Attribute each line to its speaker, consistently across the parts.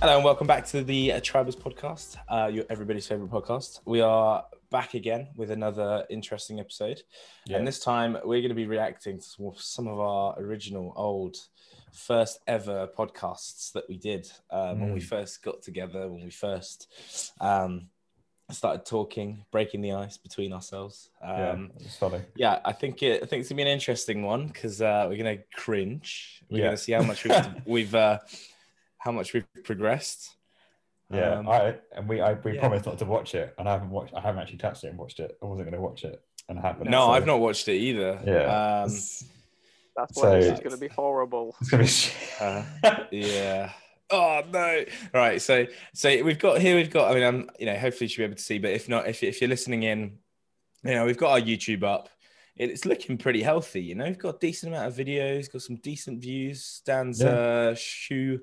Speaker 1: Hello and welcome back to the uh, Tribers podcast, uh, your everybody's favorite podcast. We are back again with another interesting episode,
Speaker 2: Yeah.
Speaker 1: and this time we're going to be reacting to some- some of our original old first ever podcasts that we did um, when
Speaker 2: Mm.
Speaker 1: we first got together, when we first um, started talking, breaking the ice between ourselves.
Speaker 2: yeah,
Speaker 1: Um,
Speaker 2: it's funny.
Speaker 1: yeah. I think it. I think it's gonna be an interesting one because uh, we're gonna cringe. We're
Speaker 2: Yeah.
Speaker 1: gonna see how much we've, we've uh, how much we've progressed.
Speaker 2: Yeah,
Speaker 1: Um,
Speaker 2: I and we I, we
Speaker 1: yeah.
Speaker 2: promised not to watch it, and I haven't watched. I haven't actually touched it and watched it. I wasn't going to watch it, and I haven't.
Speaker 1: no,
Speaker 2: so
Speaker 1: I've not watched it either.
Speaker 2: Yeah.
Speaker 1: Um,
Speaker 2: It's,
Speaker 3: That's why this
Speaker 2: So-
Speaker 3: is going to be horrible.
Speaker 2: it's gonna be. shit.
Speaker 1: Uh, yeah. Oh no! Right, so so we've got here. We've got. I mean, I'm. You know, hopefully you should be able to see. But if not, if if you're listening in, you know, we've got our YouTube up. It- It's looking pretty healthy. You know, we've got a decent amount of videos. Got some decent views. Stan's
Speaker 2: Yeah.
Speaker 1: uh, shoe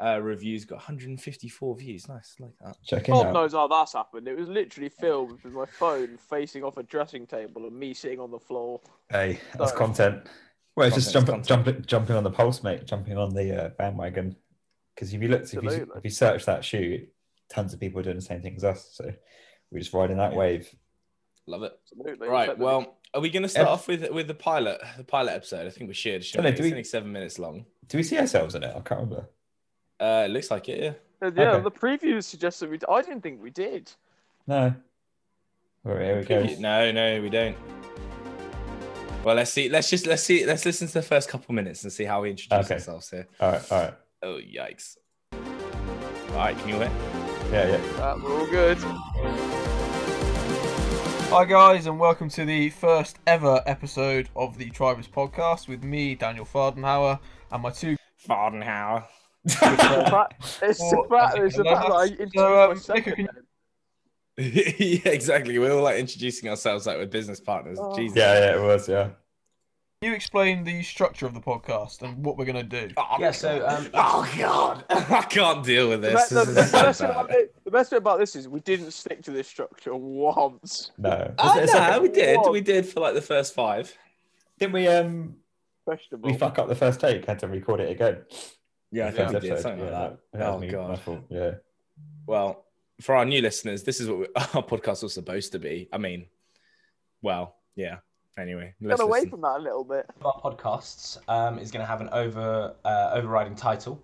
Speaker 1: uh, reviews got 154 views. Nice, like that.
Speaker 2: Check it
Speaker 3: God
Speaker 2: out.
Speaker 3: knows how that's happened. It was literally filmed with my phone facing off a dressing table and me sitting on the floor.
Speaker 2: Hey, that's
Speaker 3: Sorry.
Speaker 2: content. Well, it's just jumping,
Speaker 1: Content's
Speaker 2: jumping, jumping on the pulse, mate. Jumping on the uh, bandwagon. Because if you look, if you,
Speaker 3: Absolutely.
Speaker 2: if you search that shoe, tons of people are doing the same thing as us. So we're just riding that wave.
Speaker 1: Love it.
Speaker 3: Absolutely.
Speaker 1: Right.
Speaker 3: Except that
Speaker 1: Well, are we going to start
Speaker 2: Ev-
Speaker 1: off with with the pilot? The pilot episode. I think we should. shouldn't
Speaker 2: Dunno,
Speaker 1: we?
Speaker 2: do
Speaker 1: It's
Speaker 2: we-
Speaker 1: only seven minutes long.
Speaker 2: Do we see ourselves in it? I can't remember.
Speaker 1: Uh, it looks like it. Yeah.
Speaker 3: the- yeah,
Speaker 2: okay.
Speaker 3: the previews suggested we. I didn't think we did.
Speaker 2: No. All right, here we go.
Speaker 1: Preview- No, no, we don't. Well, let's see. Let's just let's see. Let's listen to the first couple minutes and see how we introduce
Speaker 2: Okay.
Speaker 1: ourselves here.
Speaker 2: All right, all right.
Speaker 1: Oh yikes! All right, can you wait?
Speaker 2: Yeah, yeah.
Speaker 3: Uh, we're all good. Hi guys, and welcome to the first ever episode of the Tribers Podcast with me, Daniel Fardenhauer, and my two.
Speaker 1: Fardenhauer.
Speaker 3: It's
Speaker 4: Well,
Speaker 3: the fact, it's the
Speaker 4: hello,
Speaker 3: fact that I
Speaker 4: so,
Speaker 3: introduced
Speaker 4: um,
Speaker 3: my second
Speaker 4: Nico, can
Speaker 3: name.
Speaker 1: yeah, exactly. We're all like introducing ourselves like we're business partners.
Speaker 3: Oh.
Speaker 1: Jesus.
Speaker 2: Yeah, yeah, it was, yeah.
Speaker 4: Can you explain the structure of the podcast and what we're going to do?
Speaker 1: Oh,
Speaker 5: Yeah, so,
Speaker 1: God.
Speaker 5: um,
Speaker 1: oh god, I can't deal with
Speaker 3: The
Speaker 1: this.
Speaker 3: be- the-
Speaker 1: This
Speaker 3: the
Speaker 1: is so
Speaker 3: best bit
Speaker 1: bad.
Speaker 3: about it- the best bit about this is we didn't stick to this structure once.
Speaker 2: No.
Speaker 1: Oh,
Speaker 2: It's- it's
Speaker 1: no,
Speaker 2: like a-
Speaker 1: we did.
Speaker 3: What?
Speaker 1: We did for like the first five.
Speaker 2: Didn't we um
Speaker 3: Questionable.
Speaker 2: we fuck up the first take, had to record it again.
Speaker 1: Yeah, I think
Speaker 2: The first
Speaker 1: we did
Speaker 2: episode,
Speaker 1: something
Speaker 2: yeah,
Speaker 1: like that.
Speaker 2: that- that was
Speaker 1: Oh,
Speaker 2: me,
Speaker 1: God.
Speaker 2: my fault, Yeah.
Speaker 1: Well, for our new listeners, this is what we, our podcast was supposed to be. I mean, well, yeah. Anyway,
Speaker 3: Got
Speaker 1: let's
Speaker 3: away
Speaker 1: listen.
Speaker 3: from that a little bit.
Speaker 5: our podcasts um, is going to have an over uh, overriding title,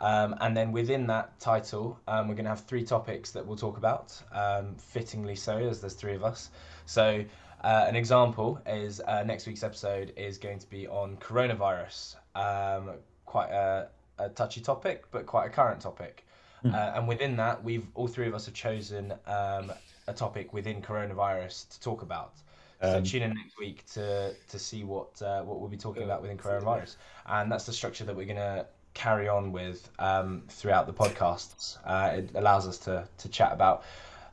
Speaker 5: um, and then within that title, um, we're going to have three topics that we'll talk about. Um, fittingly so, as there's three of us. So, uh, an example is uh, next week's episode is going to be on coronavirus. Um, quite a, a touchy topic, but quite a current topic.
Speaker 2: Hmm.
Speaker 5: Uh, and within that, we've all three of us have chosen um, a topic within coronavirus to talk about. So
Speaker 2: Um,
Speaker 5: tune in next week to to see what uh, what we'll be talking about within coronavirus, and that's the structure that we're gonna carry on with um, throughout the podcasts. Uh, it allows us to to chat about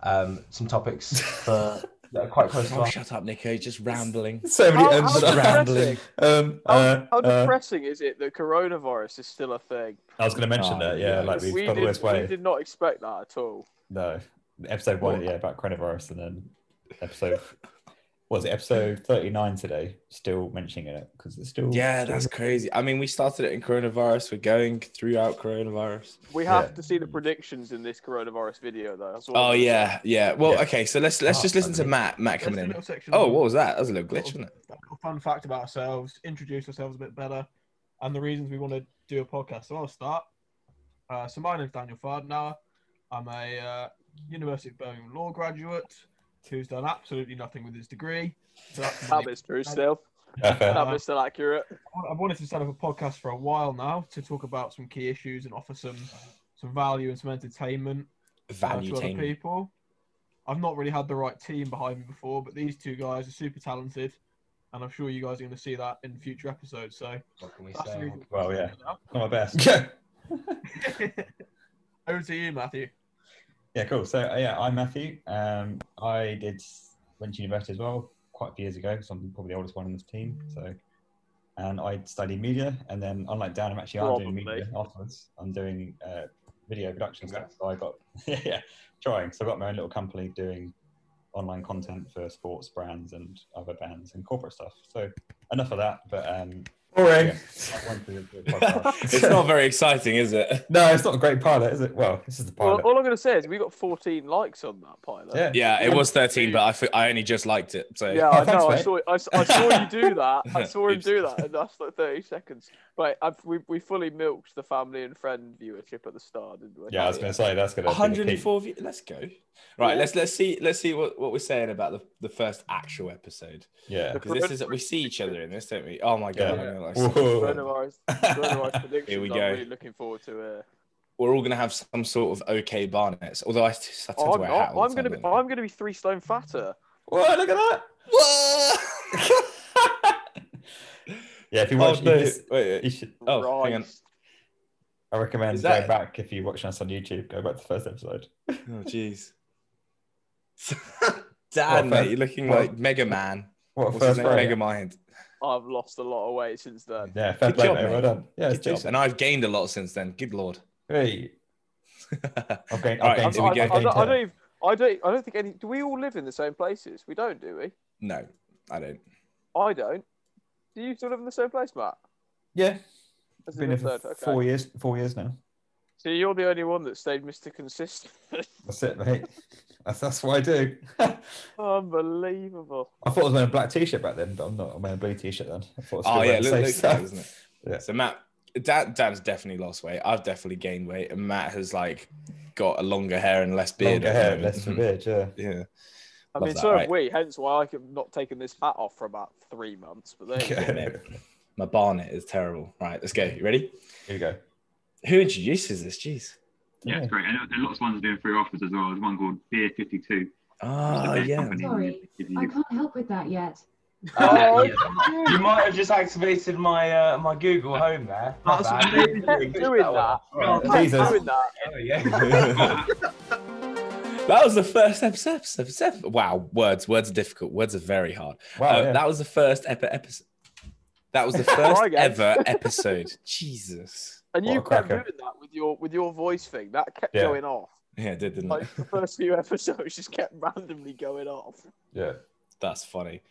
Speaker 5: um, some topics for, that are quite close to
Speaker 1: Uh, Oh,
Speaker 5: us.
Speaker 1: shut up, Nico. Just rambling.
Speaker 2: So many
Speaker 3: How-
Speaker 2: ums
Speaker 3: how
Speaker 2: that are
Speaker 3: depressing.
Speaker 2: Um,
Speaker 3: How,
Speaker 2: uh,
Speaker 3: how
Speaker 2: uh,
Speaker 3: depressing is it that coronavirus is still a thing?
Speaker 2: I was going to mention
Speaker 1: Oh,
Speaker 2: that,
Speaker 1: yeah.
Speaker 2: yeah, like we've
Speaker 3: we,
Speaker 2: got
Speaker 3: did,
Speaker 2: all this
Speaker 3: we
Speaker 2: way.
Speaker 3: did not expect that at all.
Speaker 2: No, episode one, yeah, about coronavirus, and then episode was it episode thirty nine today? Still mentioning it because it's still
Speaker 1: Yeah, that's crazy. I mean, we started it in coronavirus. We're going throughout coronavirus.
Speaker 3: We have
Speaker 2: Yeah.
Speaker 3: to see the predictions in this coronavirus video, though. That's what
Speaker 1: Oh
Speaker 3: I'm-
Speaker 1: yeah, yeah. Well,
Speaker 2: Yeah.
Speaker 1: okay. So let's let's
Speaker 2: Oh,
Speaker 1: just listen to
Speaker 2: okay.
Speaker 1: Matt. Matt
Speaker 4: There's
Speaker 1: coming
Speaker 4: a
Speaker 1: in.
Speaker 4: little section
Speaker 1: Oh,
Speaker 4: on
Speaker 1: what was that? That was a little glitch,
Speaker 4: sort
Speaker 1: wasn't it?
Speaker 4: of fun fact about ourselves, introduce ourselves a bit better, and the reasons we want to do a podcast. So I'll start. Uh, so my name's Daniel Fardenauer. I'm a uh, University of Birmingham law graduate who's done absolutely nothing with his degree. So that's
Speaker 3: That bit's true still.
Speaker 2: Yeah, fair.
Speaker 3: That bit's still accurate.
Speaker 4: I've wanted to set up a podcast for a while now to talk about some key issues and offer some some value and some entertainment uh,
Speaker 1: Value
Speaker 4: to other
Speaker 1: team.
Speaker 4: people. I've not really had the right team behind me before, but these two guys are super talented, and I'm sure you guys are going to see that in future episodes. So
Speaker 5: What can we
Speaker 4: that's the
Speaker 5: say?
Speaker 4: reason.
Speaker 2: Well, yeah. Not my best. Yeah,
Speaker 4: Over to you, Matthew.
Speaker 2: yeah, cool. So uh, yeah, I'm Matthew. Um, I did went to university as well quite a few years ago. So I'm probably the oldest one in this team. So, and I studied media, and then unlike Dan, I'm actually I'm doing
Speaker 3: Probably.
Speaker 2: media afterwards. I'm doing uh, video production stuff.
Speaker 5: Congrats.
Speaker 2: So I got yeah, yeah, trying. So I got my own little company doing online content for sports brands and other bands and corporate stuff. So enough of that. But um, Yeah.
Speaker 6: Boring.
Speaker 2: Part one for the- for the podcast.
Speaker 1: It's not very exciting, is it?
Speaker 2: no, it's not a great pilot, is it? Well, this is the
Speaker 6: Well,
Speaker 2: pilot.
Speaker 6: all I'm going to say is we got 14 likes on that pilot.
Speaker 2: yeah.
Speaker 1: Yeah, it was 13, but I, f- I only just liked it. So
Speaker 6: Yeah,
Speaker 2: Oh,
Speaker 6: I
Speaker 2: thanks,
Speaker 6: know. I
Speaker 2: mate.
Speaker 6: saw, I, s- I saw you do that. I saw him
Speaker 1: Oops.
Speaker 6: do that, and that's like 30 seconds. But I've, we, we fully milked the family and friend viewership at the start, didn't we?
Speaker 2: Yeah, I was going to say that's going to
Speaker 1: 104 view. Let's go. Right,
Speaker 6: Yeah.
Speaker 1: let's let's see let's see what, what we're saying about the, the first actual episode.
Speaker 2: Yeah.
Speaker 1: Because this is we see each other in this, don't we? Oh my god,
Speaker 2: Yeah.
Speaker 1: I know, like,
Speaker 2: Whoa.
Speaker 6: Coronavirus, coronavirus predictions.
Speaker 1: Here we
Speaker 6: I'm
Speaker 1: go.
Speaker 6: really looking forward to it.
Speaker 1: we're all gonna have some sort of okay Barnetts. Although I, I tend
Speaker 6: Oh,
Speaker 1: to
Speaker 6: I'm
Speaker 1: wear a hat
Speaker 6: not.
Speaker 1: all
Speaker 6: I'm
Speaker 1: the
Speaker 6: going to
Speaker 1: time,
Speaker 6: be.
Speaker 1: don't I?
Speaker 6: I'm going to be three stone fatter.
Speaker 2: Whoa, look at that. Yeah, if you
Speaker 1: oh
Speaker 2: watch,
Speaker 1: no!
Speaker 2: you,
Speaker 1: Wait,
Speaker 2: just-
Speaker 1: wait.
Speaker 2: you should.
Speaker 1: Oh, hang on.
Speaker 6: Christ.
Speaker 2: I recommend
Speaker 1: Is that-
Speaker 2: going back if you're watching us on YouTube. Go back to the first episode.
Speaker 1: Oh, jeez. Dan,
Speaker 2: Well,
Speaker 1: mate, you're looking
Speaker 2: well-
Speaker 1: like Mega Man.
Speaker 2: What a
Speaker 1: What's his
Speaker 2: first
Speaker 1: name?
Speaker 2: Friday?
Speaker 1: Mega Mind.
Speaker 6: I've lost a lot of weight since then.
Speaker 2: Yeah, fair
Speaker 1: Good
Speaker 2: play,
Speaker 1: job,
Speaker 2: mate. Well
Speaker 1: mate.
Speaker 2: done. Yeah, it's
Speaker 1: Good job.
Speaker 2: decent.
Speaker 1: And I've gained a lot since then. Good lord.
Speaker 2: Hey, I've gained.
Speaker 1: All right,
Speaker 2: I've gained
Speaker 6: I'm-
Speaker 1: here we
Speaker 2: two
Speaker 6: I'm-
Speaker 1: go.
Speaker 2: I've
Speaker 6: I
Speaker 2: gained
Speaker 6: don't I don't
Speaker 2: ten.
Speaker 6: even- I don't. I don't think any. Do we all live in the same places? We don't, do we?
Speaker 1: no, I don't.
Speaker 6: I don't. Do you still live in the same place, Matt?
Speaker 2: Yeah,
Speaker 6: That's
Speaker 2: been
Speaker 6: the
Speaker 2: here for
Speaker 6: third, okay.
Speaker 2: four years. Four years now.
Speaker 6: So you're the only one that stayed Mr. Consistent.
Speaker 2: That's it, mate. That's that's what I do.
Speaker 6: Unbelievable.
Speaker 2: I thought I was wearing a black t-shirt back then, but I'm not. I'm wearing a blue t-shirt then. I thought I
Speaker 1: Oh
Speaker 2: was
Speaker 1: yeah,
Speaker 2: still
Speaker 1: look, look
Speaker 2: wearing the
Speaker 1: at
Speaker 2: same
Speaker 1: that,
Speaker 2: stuff.
Speaker 1: isn't it?
Speaker 2: Yeah.
Speaker 1: So Matt, Dan, Dan's definitely lost weight. I've definitely gained weight, and Matt has like got a longer hair and less beard.
Speaker 2: Longer
Speaker 1: at the
Speaker 2: hair,
Speaker 1: moment.
Speaker 2: less for beard. Yeah.
Speaker 1: Yeah.
Speaker 6: I
Speaker 1: Love
Speaker 6: mean,
Speaker 1: that,
Speaker 6: so
Speaker 1: right.
Speaker 6: have we. Hence why I've not taken this hat off for about three months. But there you go.
Speaker 2: Yeah.
Speaker 1: mate. My barnet is terrible. Right, let's go. You ready?
Speaker 2: Here we go.
Speaker 1: Who introduces this? Jeez.
Speaker 7: Yeah, it's great. And and lots of ones are doing free offers as well. There's one called Beer 52.
Speaker 1: Ah,
Speaker 7: It's a beer
Speaker 1: yeah.
Speaker 7: company.
Speaker 8: Sorry,
Speaker 7: Give
Speaker 8: I
Speaker 7: you-
Speaker 8: can't help with that yet.
Speaker 5: Uh,
Speaker 6: Oh,
Speaker 5: yeah. You might have just activated my uh, my Google Home there. My
Speaker 7: That's
Speaker 5: bad.
Speaker 7: amazing.
Speaker 6: Doing that.
Speaker 5: Right,
Speaker 6: Matt's
Speaker 2: Jesus.
Speaker 6: doing that.
Speaker 5: there we go.
Speaker 1: That was the first episode. episode, episode- Wow, words. Words are difficult. Words are very hard.
Speaker 2: Wow.
Speaker 1: Uh,
Speaker 2: Oh, yeah.
Speaker 1: That was the first epi- episode. That was the first
Speaker 6: Sorry, guys.
Speaker 1: ever episode. Jesus.
Speaker 6: And
Speaker 2: What
Speaker 6: you
Speaker 2: a
Speaker 6: kept doing
Speaker 2: cracker.
Speaker 6: that with your with your voice thing. That kept
Speaker 2: Yeah.
Speaker 6: going off.
Speaker 1: Yeah, it did, didn't it?
Speaker 6: Like the first few episodes just kept randomly going off.
Speaker 2: yeah.
Speaker 1: That's funny.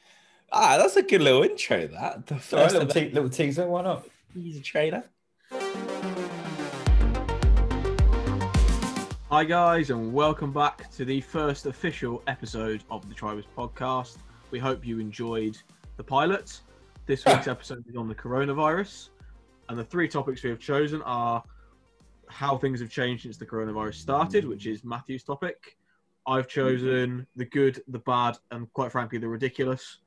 Speaker 1: Ah, that's a good little intro. That the
Speaker 2: All right,
Speaker 1: first
Speaker 2: little,
Speaker 1: ever
Speaker 2: te- little teaser. Why not?
Speaker 1: teaser trailer.
Speaker 4: Hi, guys, and welcome back to the first official episode of the Tribers podcast. We hope you enjoyed the pilot. This week's episode is on the coronavirus, and the three topics we have chosen are how things have changed since the coronavirus started, which is Matthew's topic. I've chosen the good, the bad, and quite frankly, the ridiculous.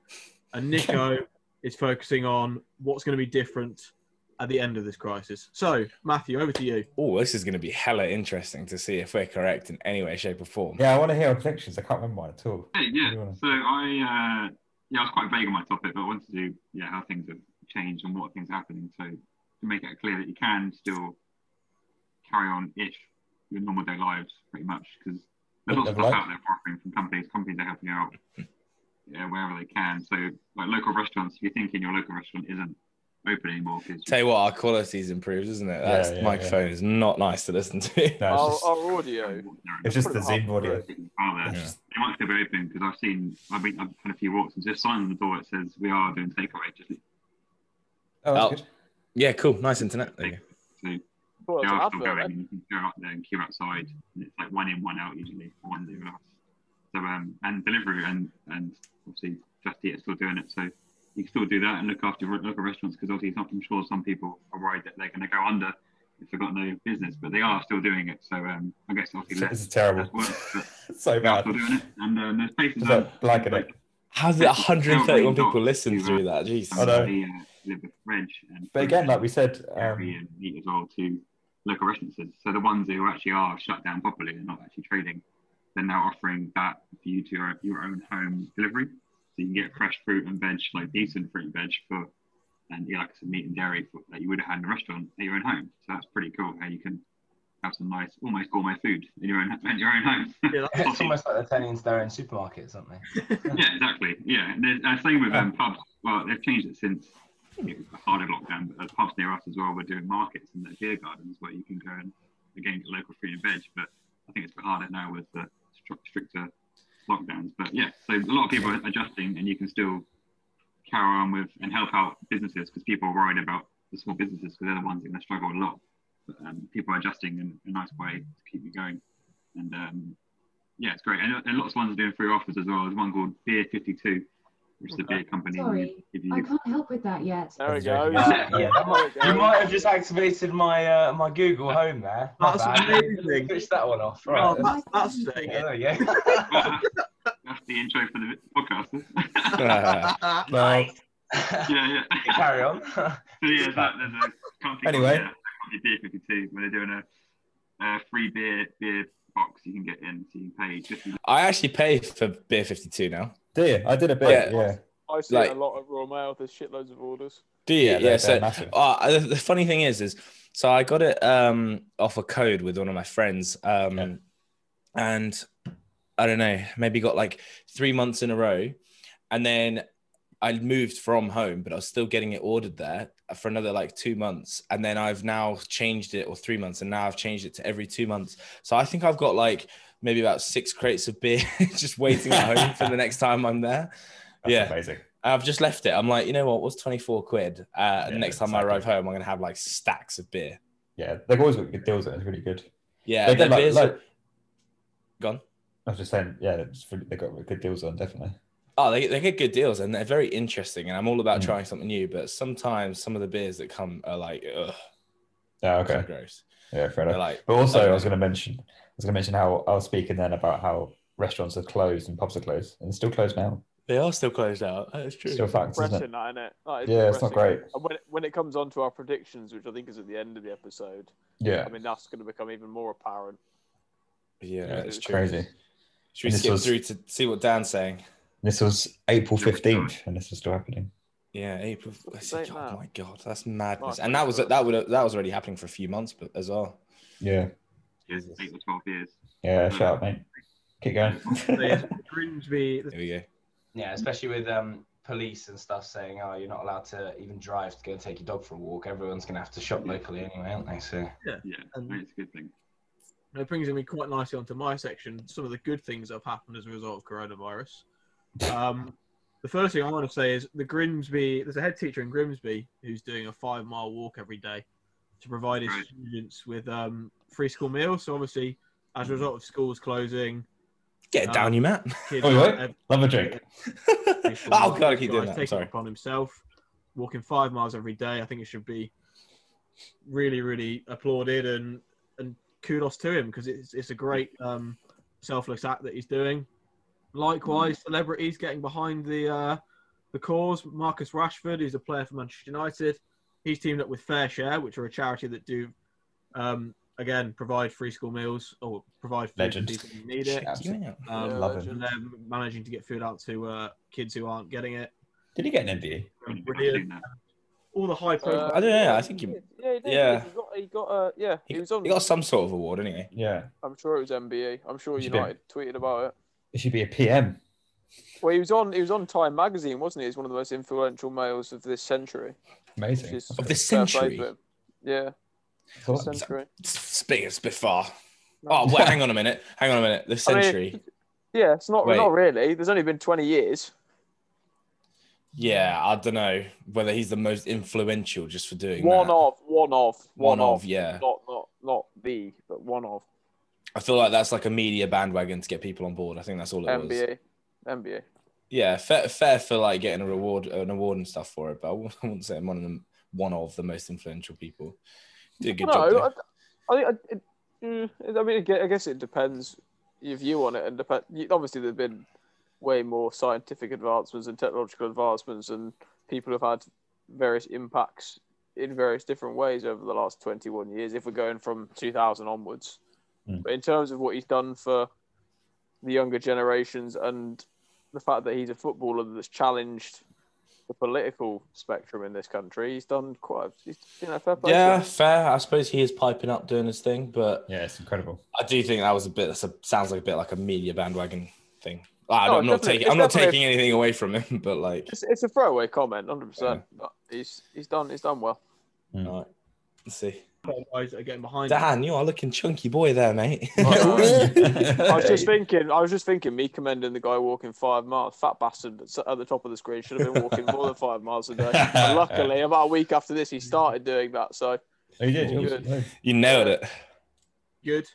Speaker 4: And Nico is focusing on what's going to be different at the end of this crisis. So, Matthew, over to you.
Speaker 1: Oh, this is going to be hella interesting to see if we're correct in any way, shape, or form.
Speaker 2: Yeah, I want to hear our predictions. I can't remember mine at all.
Speaker 7: Hey,
Speaker 2: You
Speaker 7: yeah.
Speaker 2: wanna-
Speaker 7: So I, uh, yeah, I was quite vague on my topic, but I wanted to do, yeah, how things have changed and what things are happening. So to make it clear that you can still carry on ish your normal day lives pretty much because there's lots of
Speaker 2: Live
Speaker 7: stuff
Speaker 2: life.
Speaker 7: out there for offering from companies. Companies are helping out yeah, wherever they can. So like local restaurants, if you're thinking your local restaurant isn't open anymore because
Speaker 1: Tell you what, our quality's improved, isn't it? That
Speaker 2: Yeah, yeah,
Speaker 1: microphone is not nice to listen to.
Speaker 2: No, it's
Speaker 6: Our,
Speaker 2: just,
Speaker 6: our audio.
Speaker 2: it's just the Zoom audio.
Speaker 7: Are there?
Speaker 2: Yeah.
Speaker 7: They might still be open because I've seen, I've been, I've had a few walks and just sign on the door. It says we are doing takeaway. Just
Speaker 2: Oh, that's
Speaker 1: Oh.
Speaker 2: good.
Speaker 1: Yeah, cool. Nice internet. There you go.
Speaker 6: Well,
Speaker 7: they
Speaker 6: it's an
Speaker 7: are still
Speaker 6: advert.
Speaker 7: going.
Speaker 6: then.
Speaker 7: You can go out there and queue outside. And it's like one in, one out usually, or one in, one out. So um, and delivery and and obviously Just Eat are still doing it. So you can still do that and look after re- local restaurants because obviously it's not- I'm sure some people are worried that they're going to go under if they've got no business, but they are still doing it. So um, I guess obviously
Speaker 2: It's,
Speaker 7: less,
Speaker 2: it's terrible.
Speaker 7: less work, but
Speaker 2: so
Speaker 7: they are
Speaker 2: bad.
Speaker 7: still doing it. And um, there's places
Speaker 2: It's
Speaker 7: that
Speaker 2: like blanket it.
Speaker 1: How's it 131 people listen through that? Jeez.
Speaker 2: I know.
Speaker 7: the, uh, the the French and
Speaker 2: But again, like we said,
Speaker 7: dairy
Speaker 2: um,
Speaker 7: and meat as well to local restaurants. So the ones who actually are shut down properly and not actually trading, they're now offering that for you to your, your own home delivery. So you can get fresh fruit and veg, like decent fruit and veg for, and yeah, like some meat and dairy for, that you would have had in a restaurant at your own home. So that's pretty cool how you can have some nice, almost gourmet food in your own, in your own home.
Speaker 4: Yeah,
Speaker 5: It's almost like they're turning into their own supermarkets, aren't they?
Speaker 7: yeah, exactly. Yeah, and there's, uh, same with um, pubs. Well, they've changed it since it was a harder lockdown, but uh, pubs near us as well were doing markets and their beer gardens where you can go and again get local fruit and veg. But I think it's a bit harder now with the stru- stricter lockdowns. But yeah, so a lot of people are adjusting, and you can still carry on with and help out businesses because people are worried about the small businesses because they're the ones that are going to struggle a lot. But um, people are adjusting in a nice way to keep you going. And um, yeah, it's great. And, and lots of ones are doing free offers as well. There's one called Beer 52, which is a beer company.
Speaker 8: Sorry,
Speaker 7: If
Speaker 8: I
Speaker 7: you,
Speaker 8: can't help with that yet.
Speaker 6: There we go.
Speaker 2: Joking.
Speaker 5: Uh, yeah, that might-
Speaker 6: There we
Speaker 5: you
Speaker 6: go.
Speaker 5: might have just activated my uh, my Google Home there. My
Speaker 4: That's
Speaker 5: bad.
Speaker 4: amazing.
Speaker 5: Switch that one off. Right.
Speaker 4: Oh,
Speaker 5: that's-
Speaker 4: that, that's saying
Speaker 5: yeah,
Speaker 4: it.
Speaker 5: there you go.
Speaker 7: that's the intro for the podcast.
Speaker 1: Ah,
Speaker 7: yeah, yeah.
Speaker 5: Carry on.
Speaker 7: So yeah, that, there's a company
Speaker 1: Anyway.
Speaker 7: called, yeah, Beer 52 where they're doing a, a free beer beer box you can get in, so you can pay just
Speaker 1: I actually pay for beer 52 now.
Speaker 2: Do you? I did a bit.
Speaker 1: Yeah.
Speaker 2: Yeah.
Speaker 6: I've seen
Speaker 1: Like-
Speaker 6: a lot of raw mail. There's shitloads of orders.
Speaker 1: Do you? Yeah.
Speaker 2: they're-
Speaker 1: so
Speaker 2: they're massive.
Speaker 1: Uh, the, the funny thing is, is so I got it um, off a code with one of my friends, um,
Speaker 2: Yeah.
Speaker 1: and I don't know, maybe got like three months in a row, and then I moved from home, but I was still getting it ordered there for another like two months, and then I've now changed it, or three months, and now I've changed it to every two months. So I think I've got like maybe about six crates of beer just waiting at home for the next time I'm there.
Speaker 2: That's
Speaker 1: yeah.
Speaker 2: amazing.
Speaker 1: I've just left it. I'm like, you know what? What's 24 quid? Uh, the
Speaker 2: Yeah,
Speaker 1: next time I
Speaker 2: exactly.
Speaker 1: arrive home, I'm going to have like stacks of beer.
Speaker 2: Yeah, they've always got good deals. and It's really good.
Speaker 1: Yeah.
Speaker 2: They've
Speaker 1: their
Speaker 2: got, like,
Speaker 1: beers-
Speaker 2: like-
Speaker 1: Go on.
Speaker 2: I was just saying, yeah, it's really, they've got good deals on, definitely.
Speaker 1: Oh, they, they get good deals and they're very interesting. And I'm all about
Speaker 2: Mm.
Speaker 1: trying something new, but sometimes some of the beers that come are like, ugh,
Speaker 2: Yeah,
Speaker 1: so
Speaker 2: okay.
Speaker 1: gross.
Speaker 2: Yeah, fair
Speaker 1: They're
Speaker 2: enough.
Speaker 1: like,
Speaker 2: But also, I was going to mention, I was going to mention how I was speaking then about how restaurants are closed and pubs are closed, and they're still closed now.
Speaker 1: they are still closed out. That's true.
Speaker 2: Still facts, isn't
Speaker 6: Depressing,
Speaker 2: it?
Speaker 6: that, innit? That is
Speaker 2: Yeah, it's not
Speaker 6: depressing.
Speaker 2: great.
Speaker 6: And when it, when it comes on to our predictions, which I think is at the end of the episode,
Speaker 2: Yeah,
Speaker 6: I mean, that's going to become even more apparent.
Speaker 1: yeah,
Speaker 2: yeah,
Speaker 1: that's
Speaker 2: it's
Speaker 1: true.
Speaker 2: crazy.
Speaker 1: Should we
Speaker 2: This
Speaker 1: skip
Speaker 2: was-
Speaker 1: through to see what Dan's saying?
Speaker 2: This was April
Speaker 7: Yeah, it's
Speaker 2: fifteenth, and this is still happening.
Speaker 1: Yeah, April.
Speaker 6: What was
Speaker 1: Oh
Speaker 6: the date now?
Speaker 1: my god, that's madness.
Speaker 6: March
Speaker 1: and that was
Speaker 6: 21st.
Speaker 1: that would that was already happening for a few months, but as well.
Speaker 2: Yeah,
Speaker 7: eight or 12 years.
Speaker 2: yeah. Shout out, mate. Keep going.
Speaker 4: The Grimsby,
Speaker 1: Here we go.
Speaker 5: yeah, especially with um, police and stuff saying, "Oh, you're not allowed to even drive to go and take your dog for a walk." Everyone's going to have to shop locally anyway, aren't they? So.
Speaker 7: Yeah,
Speaker 4: Um,
Speaker 7: no, it's a good thing.
Speaker 4: it brings me quite nicely onto my section. Some of the good things that have happened as a result of coronavirus. Um, the first thing I want to say is the Grimsby. There's a head teacher in Grimsby who's doing a five mile walk every day to provide his
Speaker 7: Right.
Speaker 4: students with um, free school meals. So obviously, as a result of schools closing,
Speaker 1: Get it
Speaker 4: Um,
Speaker 1: down, you man.
Speaker 4: kids
Speaker 2: Oi, what?
Speaker 4: have
Speaker 2: Love a drink.
Speaker 1: oh god, I keep doing that. I'm
Speaker 4: He's Taking
Speaker 1: sorry.
Speaker 4: it upon himself, walking five miles every day. I think it should be really, really applauded and and kudos to him because it's it's a great um, selfless act that he's doing. Likewise, celebrities getting behind the uh, the cause. Marcus Rashford, who's a player for Manchester United, he's teamed up with Fair Share, which are a charity that do um, again provide free school meals or provide food
Speaker 2: Legend.
Speaker 4: to people who need it.
Speaker 2: Absolutely.
Speaker 1: Yeah.
Speaker 4: Um,
Speaker 6: Yeah,
Speaker 2: love him.
Speaker 4: and they're managing to get food out to uh, kids who aren't getting it.
Speaker 2: Did he get an MBE?
Speaker 4: Brilliant. All the high profile.
Speaker 1: I don't know, I think
Speaker 6: he
Speaker 1: he-
Speaker 6: did. Uh, Yeah, he did.
Speaker 1: yeah.
Speaker 6: He got, he got uh, yeah, he,
Speaker 1: He,
Speaker 6: was on.
Speaker 1: he got some sort of award, didn't he?
Speaker 2: Yeah,
Speaker 6: I'm sure it was MBE. I'm sure
Speaker 2: He's been-
Speaker 6: United tweeted about it.
Speaker 2: it should be a PM.
Speaker 6: Well, he was on. He was on Time Magazine, wasn't he? He's one of the most influential males of this century.
Speaker 2: Amazing.
Speaker 6: Which is-
Speaker 1: Of the
Speaker 6: Fair play
Speaker 1: century.
Speaker 6: to him. Yeah,
Speaker 2: That's awesome.
Speaker 6: century.
Speaker 1: Speaking of bit far. Oh, well, hang on a minute. Hang on a minute. The
Speaker 6: I mean,
Speaker 1: century.
Speaker 6: yeah, it's not
Speaker 1: Wait.
Speaker 6: not really. There's only been 20 years.
Speaker 1: yeah, I don't know whether he's the most influential just for doing
Speaker 6: One
Speaker 1: that.
Speaker 6: of, one of,
Speaker 1: One of, yeah.
Speaker 6: Not not not the, but one of
Speaker 1: I feel like that's like a media bandwagon to get people on board. I think that's all it was.
Speaker 6: NBA. NBA.
Speaker 1: Yeah, fair, fair for like getting a reward, an award and stuff for it, but I wouldn't I wouldn't say I'm one of them, one of the most influential people. Did a good
Speaker 6: no,
Speaker 1: job. though.
Speaker 6: I, I, think I, it, mm, I mean, I gue- I guess it depends your view on it, and depend. you- Obviously, there've been way more scientific advancements and technological advancements, and people have had various impacts in various different ways over the last 21 years. If we're going from 2000 onwards,
Speaker 1: Hmm.
Speaker 2: Mm.
Speaker 6: but in terms of what he's done for the younger generations and the fact that he's a footballer that's challenged the political spectrum in this country, he's done quite. He's, you know, fair play to
Speaker 1: Yeah,
Speaker 6: him.
Speaker 1: fair. I suppose he is piping up doing his thing, but
Speaker 2: Yeah, it's incredible.
Speaker 1: I do think that was a bit. That's a, sounds like a bit like a media bandwagon thing. I
Speaker 6: No,
Speaker 1: don't- I'm not
Speaker 6: definitely-
Speaker 1: taking. I'm not
Speaker 6: it's definitely-
Speaker 1: taking anything away from him, but like,
Speaker 6: It's, it's a throwaway comment, hundred percent. He's he's done he's done well.
Speaker 1: all right, let's see.
Speaker 4: guys that are getting behind. it.
Speaker 1: Dan, you are looking chunky boy there, mate.
Speaker 6: I was just thinking. I was just thinking. Me commending the guy walking five miles, fat bastard that's at the top of the screen should have been walking more than five miles a day. And luckily, about a week after this, he started doing that. So
Speaker 2: Oh, you did?
Speaker 6: You
Speaker 2: Yours? No.
Speaker 1: you nailed it.
Speaker 4: Good.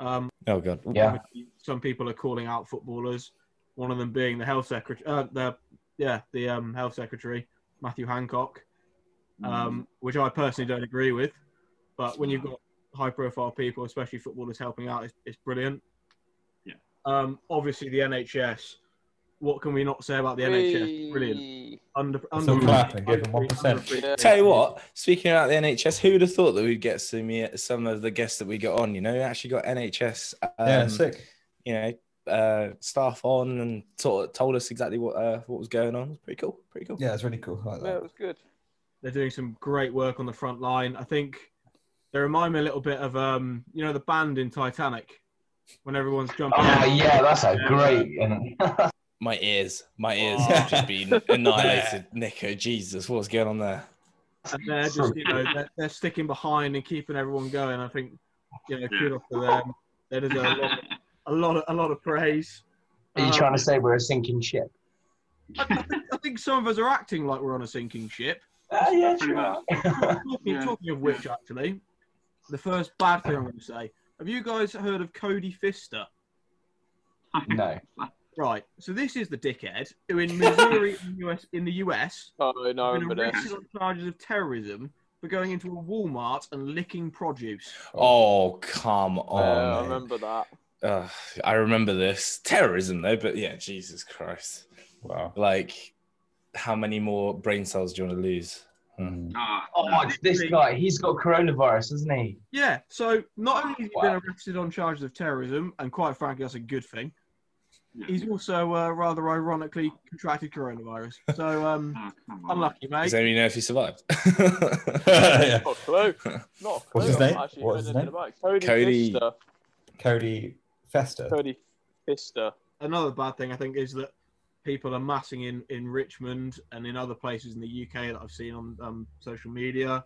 Speaker 4: Um,
Speaker 1: Oh god.
Speaker 5: Yeah.
Speaker 4: some people are calling out footballers. One of them being the health secretary. Uh, the yeah, the um, health secretary Matthew Hancock,
Speaker 2: Mm.
Speaker 4: um, which I personally don't agree with. But when you've got high-profile people, especially footballers, helping out, it's, it's brilliant.
Speaker 7: Yeah.
Speaker 4: Um, obviously, the NHS. What can we not say about the NHS? Brilliant.
Speaker 6: Whee!
Speaker 4: Under,
Speaker 2: Let's all clap and give them 1%.
Speaker 4: underappreciated.
Speaker 6: Yeah.
Speaker 1: Tell you what, speaking about the NHS, who would have thought that we'd get some yeah, some of the guests that we got on? You know, we actually got NHS, um,
Speaker 2: Yeah, sick.
Speaker 1: you know, uh, staff on and sort of told us exactly what uh, what was going on. It was pretty cool, pretty cool.
Speaker 2: Yeah, it's really cool. I like
Speaker 6: Yeah,
Speaker 2: that.
Speaker 6: it was good.
Speaker 4: they're doing some great work on the front line. I think they remind me a little bit of um, you know, the band in Titanic when everyone's jumping.
Speaker 5: Oh, yeah, that's a great.
Speaker 1: My ears, my ears
Speaker 4: Wow.
Speaker 1: have just been annihilated. Nico, Jesus, what's going on there?
Speaker 4: and they're just you know they're, they're sticking behind and keeping everyone going. I think you know kudos to them. They
Speaker 7: Mm.
Speaker 4: deserve a lot, a lot, of, a lot of praise.
Speaker 5: Are you
Speaker 4: Um,
Speaker 5: trying to say we're a sinking ship?
Speaker 4: I, I think, I think some of us are acting like we're on a sinking ship.
Speaker 5: Ah, yeah,
Speaker 7: Pretty much.
Speaker 5: sure.
Speaker 4: Talking,
Speaker 7: Yeah.
Speaker 4: talking of which, actually, the first bad thing I'm going to say: Have you guys heard of Cody Fister?
Speaker 7: Ah,
Speaker 5: no.
Speaker 4: Right. So this is the dickhead who in Missouri, in US, in the US,
Speaker 6: Oh no, I
Speaker 4: has been
Speaker 6: remember
Speaker 4: arrested
Speaker 6: this.
Speaker 4: on charges of terrorism for going into a Walmart and licking produce.
Speaker 1: Oh, come
Speaker 6: Yeah, I
Speaker 1: on.
Speaker 6: remember that.
Speaker 1: Ugh, I remember this terrorism though, but yeah, Jesus Christ!
Speaker 2: Wow.
Speaker 1: Like, how many more brain cells do you want to lose?
Speaker 2: Mm.
Speaker 7: Ah,
Speaker 5: Oh, it's this guy, he's got coronavirus, isn't he?
Speaker 4: Yeah. So not only has he
Speaker 5: Wow.
Speaker 4: been arrested on charges of terrorism, and quite frankly, that's a good thing.
Speaker 7: yeah.
Speaker 4: He's also uh, rather ironically contracted coronavirus. So um,
Speaker 7: Ah, come on.
Speaker 4: unlucky, mate.
Speaker 1: Does anybody know if he survived?
Speaker 2: yeah.
Speaker 6: Not a clue. Not a clue.
Speaker 2: What's his
Speaker 6: I've
Speaker 2: name?
Speaker 6: actually
Speaker 2: What
Speaker 6: heard
Speaker 2: was his
Speaker 6: anything
Speaker 2: name?
Speaker 6: about it. Cody,
Speaker 1: Cody-
Speaker 6: Fister.
Speaker 2: Cody Fester.
Speaker 6: Cody Fister.
Speaker 4: Another bad thing I think is that people are massing in in Richmond and in other places in the UK that I've seen on um, social media.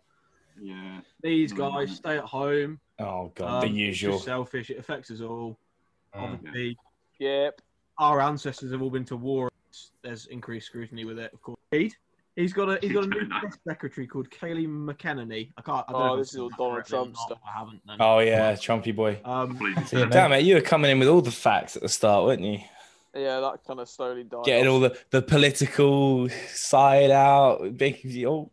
Speaker 7: Yeah.
Speaker 4: These
Speaker 7: Mm.
Speaker 4: guys stay at home.
Speaker 1: oh god,
Speaker 4: Um,
Speaker 1: the
Speaker 4: it's just
Speaker 1: usual.
Speaker 6: uh,
Speaker 4: selfish. It affects us all.
Speaker 2: Mm.
Speaker 4: Obviously,
Speaker 6: Yep.
Speaker 4: our ancestors have all been to war. There's increased scrutiny with it, of course. He'd- He's got a he's got a new press secretary called Kaylee McEnany. I can't. I don't
Speaker 6: Oh,
Speaker 4: know if
Speaker 6: this
Speaker 4: I've
Speaker 6: is
Speaker 4: said
Speaker 6: all
Speaker 4: that
Speaker 6: Donald
Speaker 4: correctly or
Speaker 6: Trump
Speaker 4: not.
Speaker 6: stuff.
Speaker 4: I haven't. Then.
Speaker 1: Oh yeah, Trumpy boy.
Speaker 4: Um,
Speaker 7: Please.
Speaker 2: See you, mate.
Speaker 1: Damn it, you were coming in with all the facts at the start, weren't you?
Speaker 6: Yeah, that kind of slowly died.
Speaker 1: Getting
Speaker 6: off.
Speaker 1: all the, the political side out, making you all